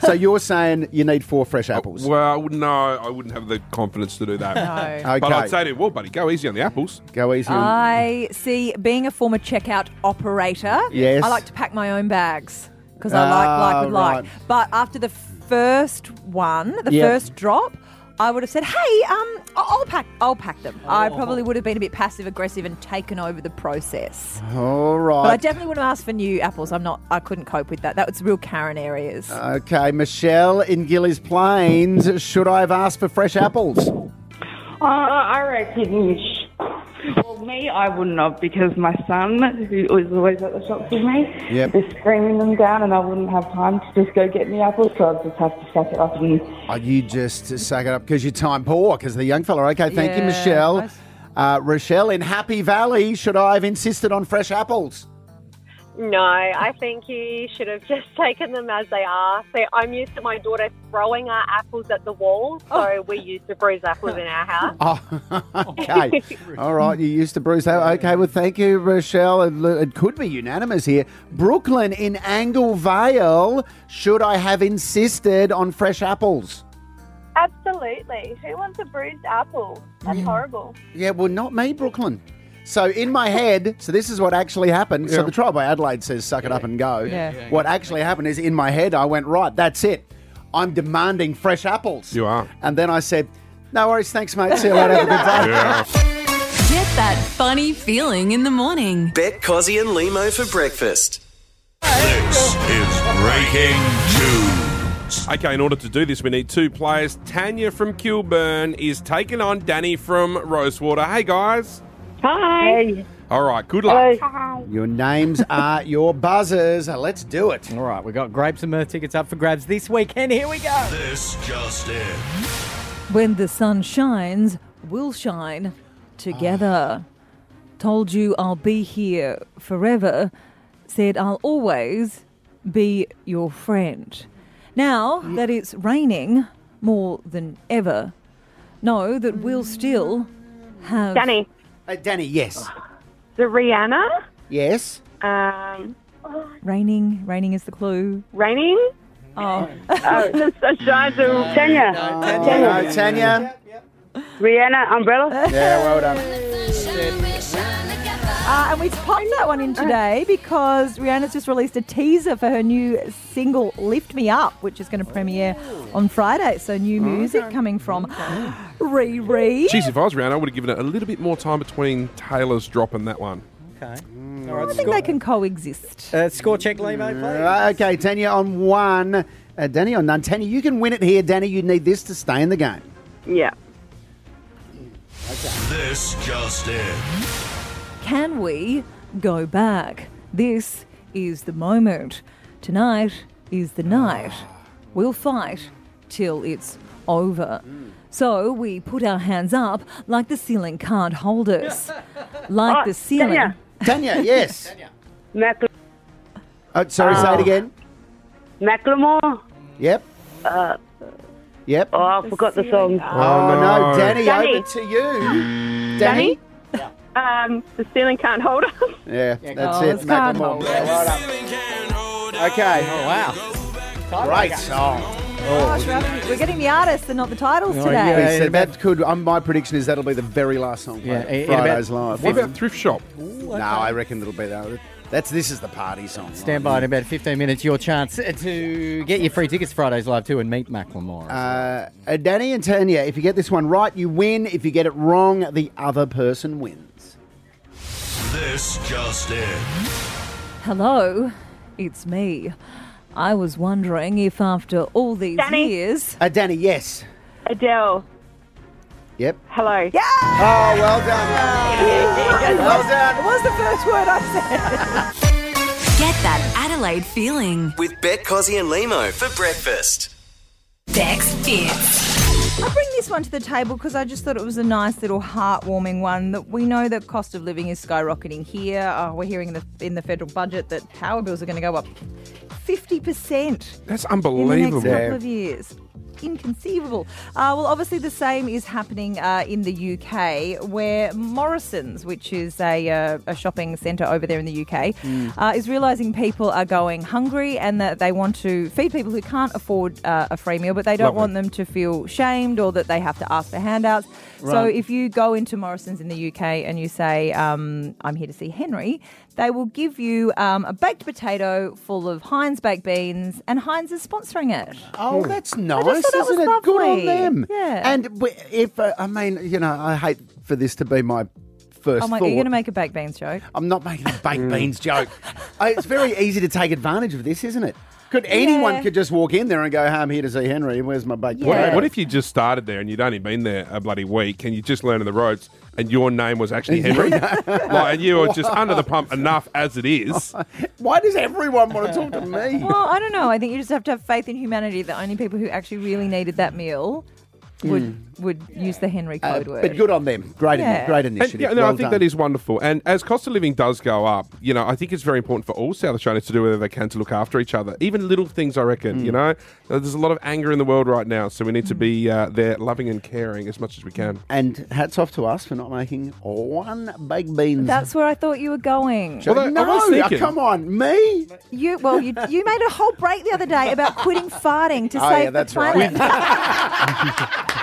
[SPEAKER 4] so you're saying you need four fresh
[SPEAKER 5] Uh,
[SPEAKER 4] apples?
[SPEAKER 5] well, no, I wouldn't have the confidence to do that.
[SPEAKER 4] No.
[SPEAKER 5] But
[SPEAKER 4] Okay.
[SPEAKER 5] I'd say to him, well, buddy, go easy on the apples.
[SPEAKER 4] Go easy
[SPEAKER 3] I see. Being a former checkout operator,
[SPEAKER 5] Yes.
[SPEAKER 3] I like to pack my own bags because I like like
[SPEAKER 5] Ah,
[SPEAKER 3] with
[SPEAKER 5] right.
[SPEAKER 3] like. But after the first one, the
[SPEAKER 5] Yep.
[SPEAKER 3] first drop, I would have said, "Hey, um, I- I'll pack, I'll pack them." I
[SPEAKER 5] Oh.
[SPEAKER 3] probably would have been a bit passive aggressive and taken over the process.
[SPEAKER 4] All right.
[SPEAKER 3] But I definitely wouldn't ask for new apples. I'm not. I couldn't cope with that. That was real Karen areas.
[SPEAKER 4] okay, Michelle in Gillies Plains. Should I have asked for fresh apples?
[SPEAKER 12] Uh, I reckon. Well, me, I wouldn't have because my son, who is always at the shops with me,
[SPEAKER 4] Yep.
[SPEAKER 12] is screaming them down, and I wouldn't have time to just go get me apples, so I'd just have to suck it up and.
[SPEAKER 4] Oh, you just suck it up because you're time poor because the young fella. Okay, thank you,
[SPEAKER 12] Yeah,
[SPEAKER 4] Michelle. Uh, Rochelle in Happy Valley. Should I have insisted on fresh apples?
[SPEAKER 18] No, I think you should have just taken them as they are. So I'm used to my daughter throwing our apples at the wall, so we used to bruise apples in our house.
[SPEAKER 4] Oh, okay. All right. You used to bruise that. Okay. Well, thank you, Rochelle. It, lo- it could be unanimous here. Brooklyn in Angle Vale. Should I have insisted on fresh apples?
[SPEAKER 19] Absolutely. Who wants a bruised apple? That's horrible.
[SPEAKER 4] Yeah, well, not me, Brooklyn. So in my head, so this is what actually happened. So the trial by Adelaide says, "Suck it up and go."
[SPEAKER 19] Yeah. Yeah.
[SPEAKER 4] What actually happened is in my head, I went right. That's it. I'm demanding fresh apples. You
[SPEAKER 5] are.
[SPEAKER 4] And then I said, "No worries, thanks, mate. See you later. Have a good day."
[SPEAKER 9] Get that funny feeling in the morning.
[SPEAKER 7] Bet Cozzy and Limo for breakfast.
[SPEAKER 5] It's breaking news. Okay, in order to do this, we need two players. Tanya from Kilburn is taking on Danny from Rosewater. Hey, guys.
[SPEAKER 19] Hi.
[SPEAKER 5] All right, good luck.
[SPEAKER 4] Your names are your buzzers. Let's do it.
[SPEAKER 14] All right, we've got Grapes and Mirth tickets up for grabs this weekend. Here we go.
[SPEAKER 2] This just in.
[SPEAKER 1] When the sun shines, we'll shine together. Told you I'll be here forever. Said I'll always be your friend. Now that it's raining more than ever, know that we'll still have.
[SPEAKER 19] Danny.
[SPEAKER 4] Uh, Danny, yes.
[SPEAKER 19] The Rihanna.
[SPEAKER 4] Yes.
[SPEAKER 19] Um,
[SPEAKER 1] Raining, raining is the clue.
[SPEAKER 19] Raining? Uh,
[SPEAKER 1] Oh.
[SPEAKER 19] the sunshine. The...
[SPEAKER 20] Tanya.
[SPEAKER 4] Tanya. Tanya.
[SPEAKER 20] Rihanna Umbrella.
[SPEAKER 4] Yeah, well done.
[SPEAKER 1] Uh, and we popped that one in today because Rihanna's just released a teaser for her new single "Lift Me Up," which is going to premiere on Friday. So new music coming from Riri.
[SPEAKER 5] Jeez, if I was around, I would have given it a little bit more time between Taylor's drop and that one.
[SPEAKER 14] Okay.
[SPEAKER 4] All right,
[SPEAKER 1] I think they can coexist.
[SPEAKER 14] Uh, score check, Lemo, please.
[SPEAKER 4] Okay, Tanya on one. Uh, Danny on none. Tanya, you can win it here. Danny, you need this to stay in the game.
[SPEAKER 19] Yeah.
[SPEAKER 2] This just in.
[SPEAKER 1] Can we go back? This is the moment. Tonight is the night. We'll fight till it's
[SPEAKER 3] over. So we put our hands up like the ceiling card holders. like
[SPEAKER 20] Oh,
[SPEAKER 3] the ceiling.
[SPEAKER 20] Tanya.
[SPEAKER 4] Tanya, yes.
[SPEAKER 20] Mac-
[SPEAKER 4] Oh, sorry, say it
[SPEAKER 20] Oh.
[SPEAKER 4] again.
[SPEAKER 20] Macklemore.
[SPEAKER 4] Yep.
[SPEAKER 20] Uh,
[SPEAKER 4] Yep.
[SPEAKER 20] oh, I forgot the song.
[SPEAKER 4] Oh, no, Danny,
[SPEAKER 20] Danny.
[SPEAKER 4] over to you.
[SPEAKER 20] Danny?
[SPEAKER 19] Um, the ceiling can't hold us.
[SPEAKER 4] Yeah,
[SPEAKER 19] Yeah,
[SPEAKER 4] that's
[SPEAKER 19] go.
[SPEAKER 4] it.
[SPEAKER 19] It's card
[SPEAKER 4] Macklemore.
[SPEAKER 19] hold.
[SPEAKER 4] Yeah, well done. Okay. Oh, wow. Great song.
[SPEAKER 3] Gosh, we're having- we're getting the artists and not the titles
[SPEAKER 4] Oh,
[SPEAKER 3] today.
[SPEAKER 4] yeah, so that could. Um, my prediction is that'll be the very last song.
[SPEAKER 14] Yeah,
[SPEAKER 4] Yeah,
[SPEAKER 14] in about-
[SPEAKER 4] Fridays live.
[SPEAKER 14] What about
[SPEAKER 5] thrift shop?
[SPEAKER 4] No, I reckon it'll be that. That's this is the party song.
[SPEAKER 14] Stand by in about 15 minutes. Your chance to get your free tickets Fridays live too and meet Macklemore.
[SPEAKER 4] Uh, uh, Danny and Tanya, if you get this one right, you win. If you get it wrong, the other person wins.
[SPEAKER 2] This just in.
[SPEAKER 3] Hello, it's me. I was wondering if after all these
[SPEAKER 19] Danny?
[SPEAKER 3] years.
[SPEAKER 4] Uh, Danny, yes.
[SPEAKER 19] Adele.
[SPEAKER 4] Yep.
[SPEAKER 19] Hello. Yeah.
[SPEAKER 4] Oh, well done.
[SPEAKER 3] well done. It was the first word I said.
[SPEAKER 9] Get that Adelaide feeling.
[SPEAKER 7] With Bet Cozzy and Limo for breakfast.
[SPEAKER 9] Dex Fits.
[SPEAKER 3] I bring this one to the table because I just thought it was a nice little heartwarming one. That we know that cost of living is skyrocketing here. Oh, we're hearing in the in the federal budget that power bills are going to go up fifty percent.
[SPEAKER 5] That's
[SPEAKER 3] In the
[SPEAKER 5] unbelievable.
[SPEAKER 3] next couple of years. Inconceivable. Uh, well, obviously, the same is happening uh, in the UK, where Morrison's, which is a, uh, a shopping centre over there in the UK,
[SPEAKER 9] Mm.
[SPEAKER 3] uh, is realising people are going hungry and that they want to feed people who can't afford uh, a free meal, but they don't
[SPEAKER 9] Lovely.
[SPEAKER 3] want them to feel shamed or that they have to ask for handouts. So
[SPEAKER 9] Right.
[SPEAKER 3] if you go into Morrison's in the UK and you say, um, I'm here to see Henry, they will give you um, a baked potato full of Heinz baked beans, and Heinz is sponsoring it.
[SPEAKER 4] Oh, that's nice,
[SPEAKER 3] I just thought that
[SPEAKER 4] isn't
[SPEAKER 3] was
[SPEAKER 4] it? Good on
[SPEAKER 3] lovely.
[SPEAKER 4] them.
[SPEAKER 3] Yeah.
[SPEAKER 4] And w- if uh, I mean, you know, I hate for this to be my first
[SPEAKER 3] oh my,
[SPEAKER 4] thought.
[SPEAKER 3] are you going to make a baked beans joke?
[SPEAKER 4] I'm not making a baked beans joke. Uh, it's very easy to take advantage of this, isn't it? Could anyone
[SPEAKER 3] Yeah.
[SPEAKER 4] could just walk in there and go, "Hey, I'm here to see Henry. Where's my baked
[SPEAKER 5] What,
[SPEAKER 4] potato?"
[SPEAKER 5] what if you just started there and you'd only been there a bloody week and you just learned the ropes and your name was actually Henry? like, and you were just under the pump enough as it is.
[SPEAKER 4] Oh, Why does everyone want to talk to me?
[SPEAKER 3] Well, I don't know. I think you just have to have faith in humanity that only people who actually really needed that meal would would use the Henry
[SPEAKER 4] Mm. Uh,
[SPEAKER 3] code word.
[SPEAKER 4] but good on them. Great, in-
[SPEAKER 3] Yeah.
[SPEAKER 4] great
[SPEAKER 5] And,
[SPEAKER 4] initiative.
[SPEAKER 5] yeah, no,
[SPEAKER 4] Well
[SPEAKER 5] I think
[SPEAKER 4] done.
[SPEAKER 5] that is wonderful. And as cost of living does go up, you know, I think it's very important for all South Australians to do whatever they can to look after each other. Even little things, I reckon.
[SPEAKER 4] Hmm.
[SPEAKER 5] You know, Uh, there's a lot of anger in the world right now, so we need to be uh, there, loving and caring as much as we can.
[SPEAKER 4] And hats off to us for not making one baked beans.
[SPEAKER 3] That's where I thought you were going.
[SPEAKER 4] Well, I- I No, was thinking- come on, me.
[SPEAKER 3] You well, you you made a whole break the other day about quitting farting to
[SPEAKER 4] Oh,
[SPEAKER 3] save
[SPEAKER 4] yeah, that's
[SPEAKER 3] the
[SPEAKER 4] right.
[SPEAKER 3] planet.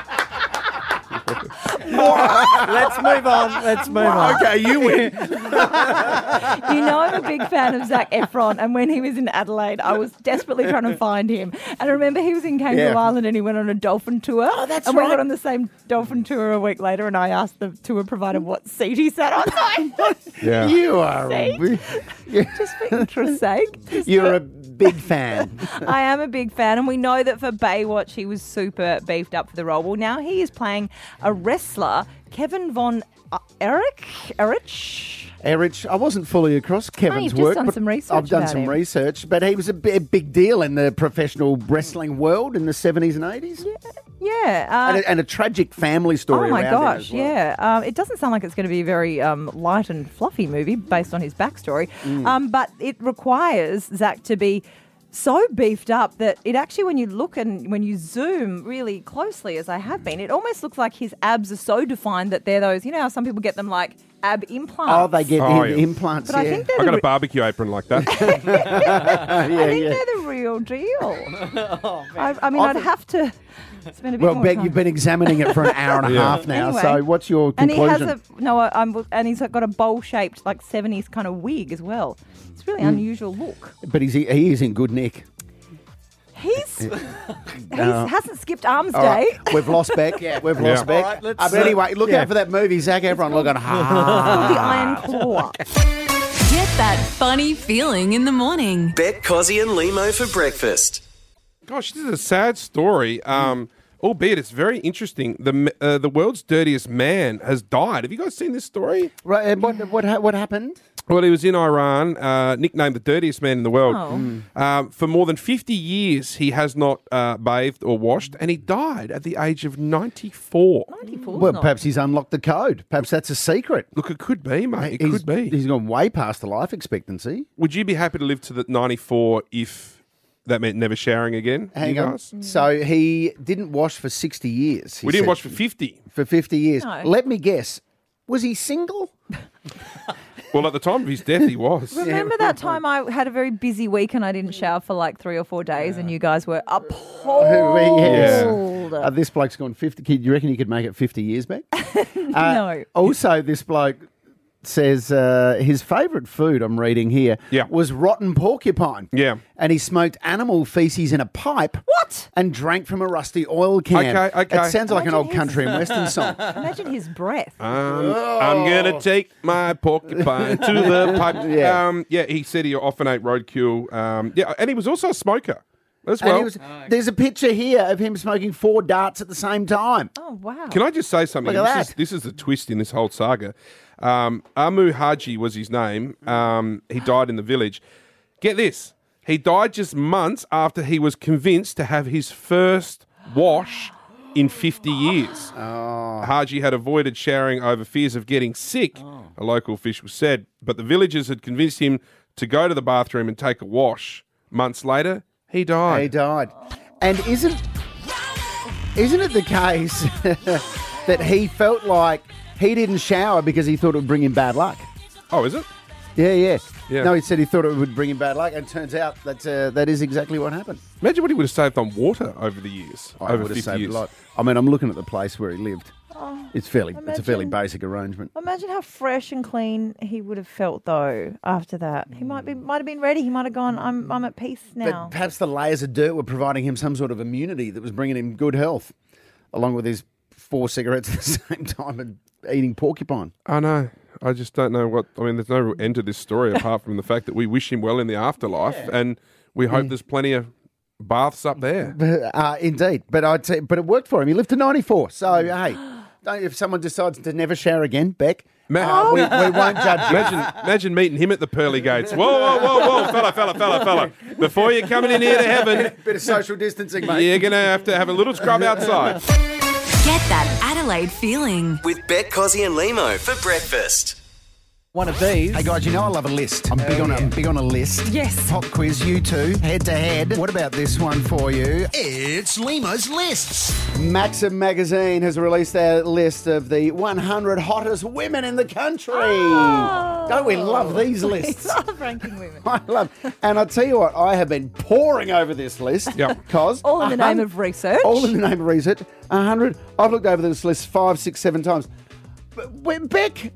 [SPEAKER 14] Let's move on. Let's move on.
[SPEAKER 4] Okay, you win.
[SPEAKER 3] you know I'm a big fan of Zach Efron, and when he was in Adelaide, I was desperately trying to find him. And I remember he was in Kangaroo
[SPEAKER 9] Yeah.
[SPEAKER 3] Island, and he went on a dolphin tour. Oh,
[SPEAKER 9] that's
[SPEAKER 3] and we
[SPEAKER 9] right.
[SPEAKER 3] got on the same dolphin tour a week later, and I asked the tour provider what seat he sat on.
[SPEAKER 5] Yeah.
[SPEAKER 4] You are. a big-
[SPEAKER 3] Just for interest's sake.
[SPEAKER 4] You're a big fan.
[SPEAKER 3] I am a big fan, and we know that for Baywatch, he was super beefed up for the role. Well, now he is playing a wrestler, Kevin Von uh, Erich. Erich?
[SPEAKER 4] Erich, I wasn't fully across Kevin's
[SPEAKER 3] you've just
[SPEAKER 4] work.
[SPEAKER 3] done
[SPEAKER 4] but
[SPEAKER 3] some research
[SPEAKER 4] I've done
[SPEAKER 3] about
[SPEAKER 4] some
[SPEAKER 3] him.
[SPEAKER 4] research, but he was a bi- a big deal in the professional wrestling world in the 70s and 80s.
[SPEAKER 3] Yeah.
[SPEAKER 4] and,
[SPEAKER 3] Uh,
[SPEAKER 4] a, and a tragic family
[SPEAKER 3] oh
[SPEAKER 4] story
[SPEAKER 3] my
[SPEAKER 4] around it
[SPEAKER 3] gosh,
[SPEAKER 4] as well.
[SPEAKER 3] yeah. Um, it doesn't sound like it's going to be a very um, light and fluffy movie based on his backstory,
[SPEAKER 4] Mm.
[SPEAKER 3] um, but it requires Zach to be so beefed up that it actually, when you look and when you zoom really closely, as I have been, it almost looks like his abs are so defined that they're those, you know, how some people get them like ab implants.
[SPEAKER 4] Oh, they get
[SPEAKER 5] Oh,
[SPEAKER 4] in-
[SPEAKER 5] yeah.
[SPEAKER 4] implants.
[SPEAKER 3] But I
[SPEAKER 4] yeah.
[SPEAKER 3] think they're
[SPEAKER 5] I
[SPEAKER 3] the
[SPEAKER 5] got a
[SPEAKER 3] re-
[SPEAKER 5] barbecue apron like that.
[SPEAKER 3] I think they're the real deal.
[SPEAKER 4] Oh,
[SPEAKER 3] I, I mean, I'd have to spend a bit
[SPEAKER 4] Well,
[SPEAKER 3] more
[SPEAKER 4] Beck,
[SPEAKER 3] time.
[SPEAKER 4] you've been examining it for an hour and a
[SPEAKER 5] Yeah.
[SPEAKER 4] half now.
[SPEAKER 3] Anyway.
[SPEAKER 4] So, what's your
[SPEAKER 3] and he
[SPEAKER 4] conclusion?
[SPEAKER 3] has a no, I- I'm, and he's got a bowl-shaped like '70s kind of wig as well. It's a really
[SPEAKER 4] Mm.
[SPEAKER 3] unusual look.
[SPEAKER 4] But he's, he is in good nick.
[SPEAKER 3] He's he
[SPEAKER 4] No.
[SPEAKER 3] hasn't skipped arms
[SPEAKER 4] All
[SPEAKER 3] day.
[SPEAKER 4] right, We've lost Beck.
[SPEAKER 3] Yeah.
[SPEAKER 4] We've
[SPEAKER 5] Yeah.
[SPEAKER 4] lost Beck.
[SPEAKER 3] All right, let's,
[SPEAKER 4] Uh, but
[SPEAKER 3] uh,
[SPEAKER 4] anyway, look
[SPEAKER 3] yeah.
[SPEAKER 4] out for that movie, Zach Efron. Looking hard.
[SPEAKER 3] the Iron Claw.
[SPEAKER 9] Get that funny feeling in the morning.
[SPEAKER 7] Bet Cozzy and Limo for breakfast.
[SPEAKER 5] Gosh, this is a sad story. Um, albeit it's very interesting. The m- uh, the world's dirtiest man has died. Have you guys seen this story?
[SPEAKER 4] Right, and what what ha- what happened?
[SPEAKER 5] Well, he was in Iran, uh, nicknamed the dirtiest man in the world.
[SPEAKER 21] Oh. Mm.
[SPEAKER 5] Um, for more than 50 years, he has not uh, bathed or washed, and he died at the age of 94.
[SPEAKER 3] 94?
[SPEAKER 4] Well, perhaps he's unlocked the code. Perhaps that's a secret.
[SPEAKER 5] Look, it could be, mate. It
[SPEAKER 4] could be. He's gone way past the life expectancy.
[SPEAKER 5] Would you be happy to live to the 94 if that meant never showering again?
[SPEAKER 4] Hang
[SPEAKER 5] you
[SPEAKER 4] on.
[SPEAKER 5] guys?
[SPEAKER 4] So he didn't wash for 60 years. he
[SPEAKER 5] We didn't
[SPEAKER 4] said.
[SPEAKER 5] watch for 50.
[SPEAKER 4] For 50 years.
[SPEAKER 5] No.
[SPEAKER 4] Let me guess. Was he single?
[SPEAKER 5] Well, at the time of his death, he was.
[SPEAKER 3] Remember that time I had a very busy week and I didn't shower for like three or four days, and you guys were appalled.
[SPEAKER 4] Yes. Uh, this bloke's gone 50. Do you reckon he could make it 50 years back? no. Also, this bloke says uh, his favourite food, I'm reading here, was rotten porcupine.
[SPEAKER 5] Yeah.
[SPEAKER 4] And he smoked animal feces in a pipe. What? And drank from a rusty oil can.
[SPEAKER 5] Okay, okay.
[SPEAKER 4] It sounds like
[SPEAKER 5] Imagine
[SPEAKER 4] an old
[SPEAKER 5] his-
[SPEAKER 4] country and western song.
[SPEAKER 3] Imagine his breath.
[SPEAKER 5] Um,
[SPEAKER 4] Oh.
[SPEAKER 5] I'm gonna take my porcupine to the pipe.
[SPEAKER 4] Yeah.
[SPEAKER 5] Yeah. Um, yeah, he said he often ate roadkill. Um, yeah, and he was also a smoker as
[SPEAKER 4] And he
[SPEAKER 5] well.
[SPEAKER 4] was- there's a picture here of him smoking four darts at the same time.
[SPEAKER 3] Oh, wow.
[SPEAKER 5] Can I just say something?
[SPEAKER 4] Look at
[SPEAKER 5] this, is, this is the twist in this whole saga. Um, Amu Haji was his name. Um, he died in the village. Get this. He died just months after he was convinced to have his first wash in 50 years.
[SPEAKER 4] Oh.
[SPEAKER 5] Haji had avoided showering over fears of getting sick,
[SPEAKER 4] Oh.
[SPEAKER 5] a local official said. But the villagers had convinced him to go to the bathroom and take a wash. Months later, he died.
[SPEAKER 4] He died. And isn't isn't it the case that he felt like he didn't shower because he thought it would bring him bad luck?
[SPEAKER 5] Oh, is it?
[SPEAKER 4] Yeah, yeah.
[SPEAKER 5] Yeah.
[SPEAKER 4] No, he said he thought it would bring him bad luck, and it turns out that uh, that is exactly what happened.
[SPEAKER 5] Imagine what he would have saved on water over the years.
[SPEAKER 4] I
[SPEAKER 5] over
[SPEAKER 4] Oh, would have
[SPEAKER 5] 50
[SPEAKER 4] saved
[SPEAKER 5] years.
[SPEAKER 4] a lot. I mean, I'm looking at the place where he lived.
[SPEAKER 3] Oh,
[SPEAKER 4] It's fairly, it's a fairly
[SPEAKER 3] Imagine-
[SPEAKER 4] basic arrangement.
[SPEAKER 3] Imagine how fresh and clean he would have felt though after that. He might be might have been ready. He might have gone. I'm I'm at peace now.
[SPEAKER 4] Mm. But perhaps the layers of dirt were providing him some sort of immunity that was bringing him good health, along with his four cigarettes at the same time and eating porcupine.
[SPEAKER 5] I know. I just don't know what. I mean, there's no real end to this story apart from the fact that we wish him well in the afterlife, and we hope
[SPEAKER 4] Mm.
[SPEAKER 5] there's plenty of baths up there.
[SPEAKER 4] Uh, indeed, but I t- but it worked for him. He lived to ninety four. So hey, don't, if someone decides to never shower again, Beck,
[SPEAKER 5] Ma-
[SPEAKER 4] uh, we, we won't judge you.
[SPEAKER 5] Imagine, imagine meeting him at the pearly gates. Whoa, whoa, whoa, whoa, fella, fella, fella, fella! Before you're coming in here to heaven,
[SPEAKER 4] bit of social distancing, mate.
[SPEAKER 5] you're gonna have to have a little scrub outside.
[SPEAKER 22] Get that Adelaide feeling.
[SPEAKER 7] With Bet Cozzy and Limo for breakfast.
[SPEAKER 4] One of these. Hey guys, you know I love a list. I'm big on a, I'm big on a list. Yes. Pop quiz, you two, head to head. What about this one for you? It's Lima's lists. Maxim magazine has released their list of the 100 hottest women in the country. Don't we love these lists?
[SPEAKER 3] Oh. love ranking women.
[SPEAKER 4] I love, and I tell you what, I have been poring over this list.
[SPEAKER 5] Yep.
[SPEAKER 4] Cos
[SPEAKER 3] All in the
[SPEAKER 4] a
[SPEAKER 3] name
[SPEAKER 4] hun-
[SPEAKER 3] of research.
[SPEAKER 4] All in the name of research. A hundred. I've looked over this list five, six, seven times. But when- Beck,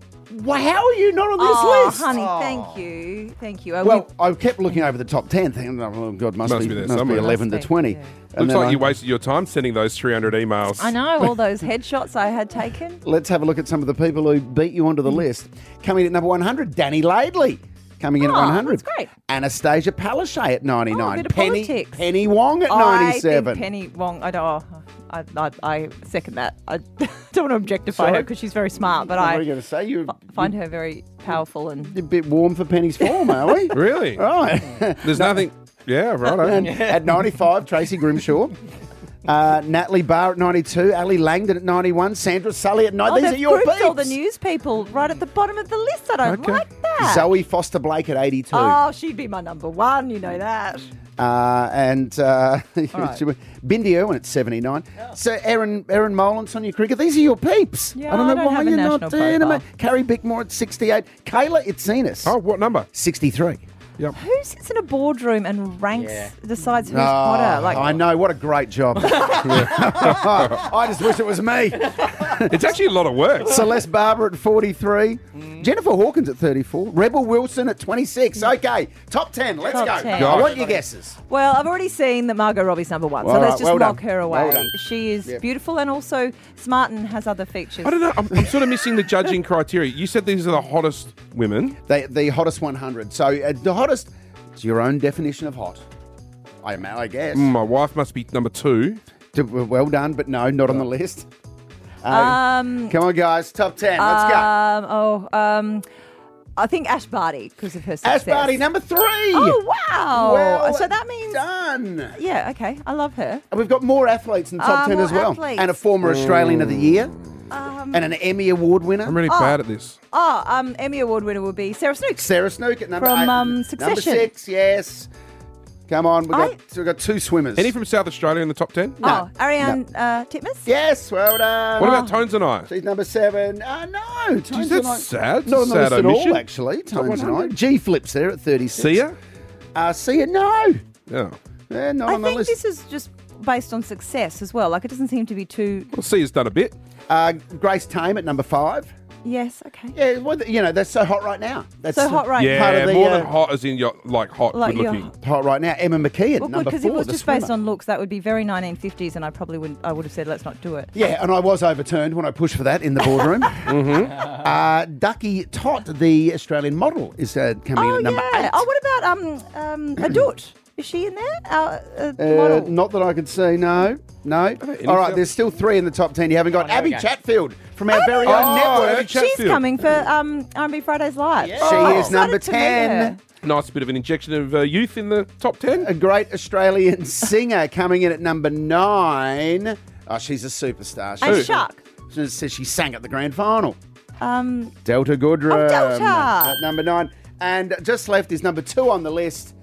[SPEAKER 4] wh- how are you not on this
[SPEAKER 3] oh,
[SPEAKER 4] list?
[SPEAKER 3] honey, thank you, thank you. I
[SPEAKER 4] Well, I kept looking over the top ten. Thinking, oh God, must,
[SPEAKER 5] Must
[SPEAKER 4] be,
[SPEAKER 5] be there
[SPEAKER 4] must
[SPEAKER 5] somewhere.
[SPEAKER 4] be eleven
[SPEAKER 3] Must be,
[SPEAKER 4] to twenty. And
[SPEAKER 5] Looks
[SPEAKER 4] then
[SPEAKER 5] like
[SPEAKER 4] I-
[SPEAKER 5] you wasted your time sending those 300 emails.
[SPEAKER 3] I know all those headshots I had taken.
[SPEAKER 4] Let's have a look at some of the people who beat you onto
[SPEAKER 3] Mm.
[SPEAKER 4] the list. Coming in at number one hundred, Danny Laidley. Coming in at
[SPEAKER 3] Oh,
[SPEAKER 4] one hundred,
[SPEAKER 3] that's great. Oh,
[SPEAKER 4] Anastasia Palaszczuk at ninety nine.
[SPEAKER 3] bit of
[SPEAKER 4] Penny
[SPEAKER 3] politics.
[SPEAKER 4] Penny Wong at ninety
[SPEAKER 3] I
[SPEAKER 4] seven.
[SPEAKER 3] think Penny Wong. I don't. oh, I, I, I second that. I don't want to objectify her
[SPEAKER 4] Sorry?
[SPEAKER 3] because she's very smart, but
[SPEAKER 4] What
[SPEAKER 3] I
[SPEAKER 4] were you gonna say? You-
[SPEAKER 3] fi- find her very powerful and
[SPEAKER 4] A bit warm for Penny's form, are we?
[SPEAKER 5] Really?
[SPEAKER 4] Right.
[SPEAKER 5] There's nothing. Yeah,
[SPEAKER 4] And
[SPEAKER 5] right.
[SPEAKER 4] at 95, Tracy Grimshaw. Uh, Natalie Barr at 92, Ali Langdon at 91, Sandra Sully at 90.
[SPEAKER 3] oh,
[SPEAKER 4] These
[SPEAKER 3] they've
[SPEAKER 4] are your
[SPEAKER 3] grouped all the
[SPEAKER 4] peeps.
[SPEAKER 3] news people right at the bottom of the list. I don't like that.
[SPEAKER 4] Zoe Foster Blake at 82.
[SPEAKER 3] Oh, she'd be my number one. You know that.
[SPEAKER 4] Uh, and uh,
[SPEAKER 3] right.
[SPEAKER 4] Bindi Irwin at 79. So Aaron Aaron Molins on your cricket. These are your peeps.
[SPEAKER 3] Yeah,
[SPEAKER 4] I don't know
[SPEAKER 3] I don't
[SPEAKER 4] why
[SPEAKER 3] have a
[SPEAKER 4] you're not
[SPEAKER 3] national
[SPEAKER 4] doing them.
[SPEAKER 3] profile.
[SPEAKER 4] Carrie Bickmore at 68. Kayla Itzinas. Oh,
[SPEAKER 5] what number?
[SPEAKER 4] 63.
[SPEAKER 5] Yep.
[SPEAKER 3] Who sits in a boardroom and ranks,
[SPEAKER 4] Yeah.
[SPEAKER 3] decides who's hotter? Like,
[SPEAKER 4] Ah, I know. What a great job. I just wish it was me.
[SPEAKER 5] it's actually a lot of work.
[SPEAKER 4] Celeste Barber at 43.
[SPEAKER 3] Mm.
[SPEAKER 4] Jennifer Hawkins at 34. Rebel Wilson at 26. Okay, top 10. Let's
[SPEAKER 3] Top
[SPEAKER 4] go.
[SPEAKER 3] 10.
[SPEAKER 4] I want your guesses.
[SPEAKER 3] well, I've already seen that Margot Robbie's number one, so
[SPEAKER 4] All right,
[SPEAKER 3] let's just
[SPEAKER 4] well
[SPEAKER 3] lock
[SPEAKER 4] done.
[SPEAKER 3] her away.
[SPEAKER 4] Well done.
[SPEAKER 3] she is
[SPEAKER 5] Yep.
[SPEAKER 3] beautiful and also smart and has other features.
[SPEAKER 5] I don't know. I'm, I'm sort of missing the judging criteria. You said these are the hottest women.
[SPEAKER 4] They, the hottest 100. So uh, the hottest, it's your own definition of hot. I, am- I guess.
[SPEAKER 5] Mm, My wife must be number two.
[SPEAKER 4] Well done, but no, not on the list. Um,
[SPEAKER 3] Um, uh,
[SPEAKER 4] come on, guys. Top 10. Let's go.
[SPEAKER 3] Um, oh, um, I think Ash Barty because of her success.
[SPEAKER 4] Ash Barty, number three.
[SPEAKER 3] Oh wow!
[SPEAKER 4] Well
[SPEAKER 3] so that means
[SPEAKER 4] done.
[SPEAKER 3] Yeah. Okay. I love her.
[SPEAKER 4] And we've got more athletes in the top
[SPEAKER 3] Ah,
[SPEAKER 4] 10
[SPEAKER 3] more
[SPEAKER 4] as well.
[SPEAKER 3] athletes. Um,
[SPEAKER 4] And a former Australian of the Year. and an Emmy Award winner. I'm
[SPEAKER 5] really
[SPEAKER 3] Oh. bad at
[SPEAKER 5] this.
[SPEAKER 3] Oh, um, Emmy Award winner would be Sarah Snook.
[SPEAKER 4] Sarah Snook at number
[SPEAKER 3] from
[SPEAKER 4] eight.
[SPEAKER 3] um,
[SPEAKER 4] Number
[SPEAKER 3] Succession.
[SPEAKER 4] six, yes. Come on, we've got,
[SPEAKER 3] I-
[SPEAKER 4] so we've got two swimmers.
[SPEAKER 5] Any from South Australia in the top 10?
[SPEAKER 3] Oh, Ariane uh, Titmus.
[SPEAKER 4] Yes. Well done.
[SPEAKER 5] What about Tones and I?
[SPEAKER 4] She's number seven. Uh, no, Tones
[SPEAKER 5] that's
[SPEAKER 4] and I-
[SPEAKER 5] sad. It's a
[SPEAKER 4] Not on the
[SPEAKER 5] sad
[SPEAKER 4] list at
[SPEAKER 5] omission.
[SPEAKER 4] all, actually.
[SPEAKER 5] Top
[SPEAKER 4] Tones and I.
[SPEAKER 5] 100.
[SPEAKER 4] G flips there at 36. See ya? Uh, see ya? No.
[SPEAKER 5] Yeah.
[SPEAKER 4] Yeah, not
[SPEAKER 3] I
[SPEAKER 4] on the
[SPEAKER 3] think
[SPEAKER 4] list.
[SPEAKER 3] this is just based on success as well. Like it doesn't seem to be too.
[SPEAKER 5] Well, see, it's done a bit.
[SPEAKER 4] Uh, Grace Tame at number five.
[SPEAKER 3] Yes. Okay.
[SPEAKER 4] Yeah, well, you know, that's so hot right now. That's
[SPEAKER 3] So hot right
[SPEAKER 5] yeah,
[SPEAKER 4] Part of the,
[SPEAKER 5] more
[SPEAKER 4] uh,
[SPEAKER 5] than hot as in your, like hot,
[SPEAKER 3] Like
[SPEAKER 5] good
[SPEAKER 3] your-
[SPEAKER 5] looking.
[SPEAKER 4] hot right now. Emma McKee at
[SPEAKER 3] Well, good
[SPEAKER 4] number
[SPEAKER 3] because
[SPEAKER 4] four.
[SPEAKER 3] it was
[SPEAKER 4] the
[SPEAKER 3] just based
[SPEAKER 4] swimmer.
[SPEAKER 3] on looks. That would be very 1950s, and I probably would I would have said let's not do it.
[SPEAKER 4] Yeah, and I was overturned when I pushed for that in the boardroom. mm-hmm. uh, Ducky Tot, the Australian model, is uh, coming in at number
[SPEAKER 3] Yeah. Oh, what about um um Adut? Is she in there? Our uh,
[SPEAKER 4] eight. Uh,
[SPEAKER 3] model.
[SPEAKER 4] not that I could see, no. No. All right, there's still three in the top ten you haven't got.
[SPEAKER 3] here
[SPEAKER 4] Abby
[SPEAKER 3] we go.
[SPEAKER 4] Chatfield from our very own
[SPEAKER 5] Oh,
[SPEAKER 4] network.
[SPEAKER 5] Abby
[SPEAKER 3] She's coming for um R&B Fridays Live. Oh,
[SPEAKER 4] She is number 10.
[SPEAKER 5] Nice bit of an injection of uh, youth in the top 10.
[SPEAKER 3] Uh,
[SPEAKER 4] A great Australian singer coming in at number nine. Oh, she's a superstar.
[SPEAKER 3] And
[SPEAKER 4] She-
[SPEAKER 3] Shark.
[SPEAKER 4] She says she sang at the grand final.
[SPEAKER 3] Um,
[SPEAKER 4] Delta Goodrum.
[SPEAKER 3] Oh, Delta!
[SPEAKER 4] At number nine. And just left is number two on the list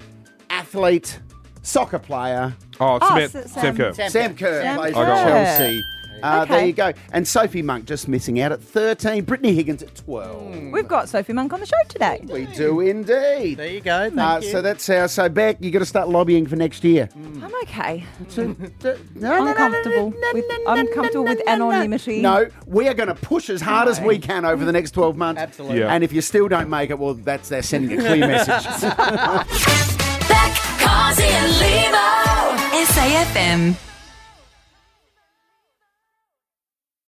[SPEAKER 4] athlete, soccer player.
[SPEAKER 5] Oh,
[SPEAKER 4] Oh,
[SPEAKER 5] Smith,
[SPEAKER 4] S-
[SPEAKER 5] Sam Kerr.
[SPEAKER 4] Sam Kerr
[SPEAKER 5] Sam
[SPEAKER 4] plays
[SPEAKER 5] Kerr. I got
[SPEAKER 4] for
[SPEAKER 5] one.
[SPEAKER 4] Chelsea. Uh, There
[SPEAKER 3] Okay.
[SPEAKER 4] you go. And Sophie Monk just missing out at 13. Brittany Higgins at 12.
[SPEAKER 3] We've got Sophie Monk on the show today.
[SPEAKER 4] We do indeed. There
[SPEAKER 14] you go.
[SPEAKER 4] Uh, so that's how. So, Beck, you got to start lobbying for next year.
[SPEAKER 3] I'm okay.
[SPEAKER 4] no, no,
[SPEAKER 3] I'm comfortable with I'm comfortable with anonymity.
[SPEAKER 4] No, we are going to push as hard as we can over the next 12 months. Absolutely.
[SPEAKER 14] Yeah.
[SPEAKER 4] And if you still don't make it, well, that's they're sending a clear message.
[SPEAKER 9] Carsey and Limo. SAFM.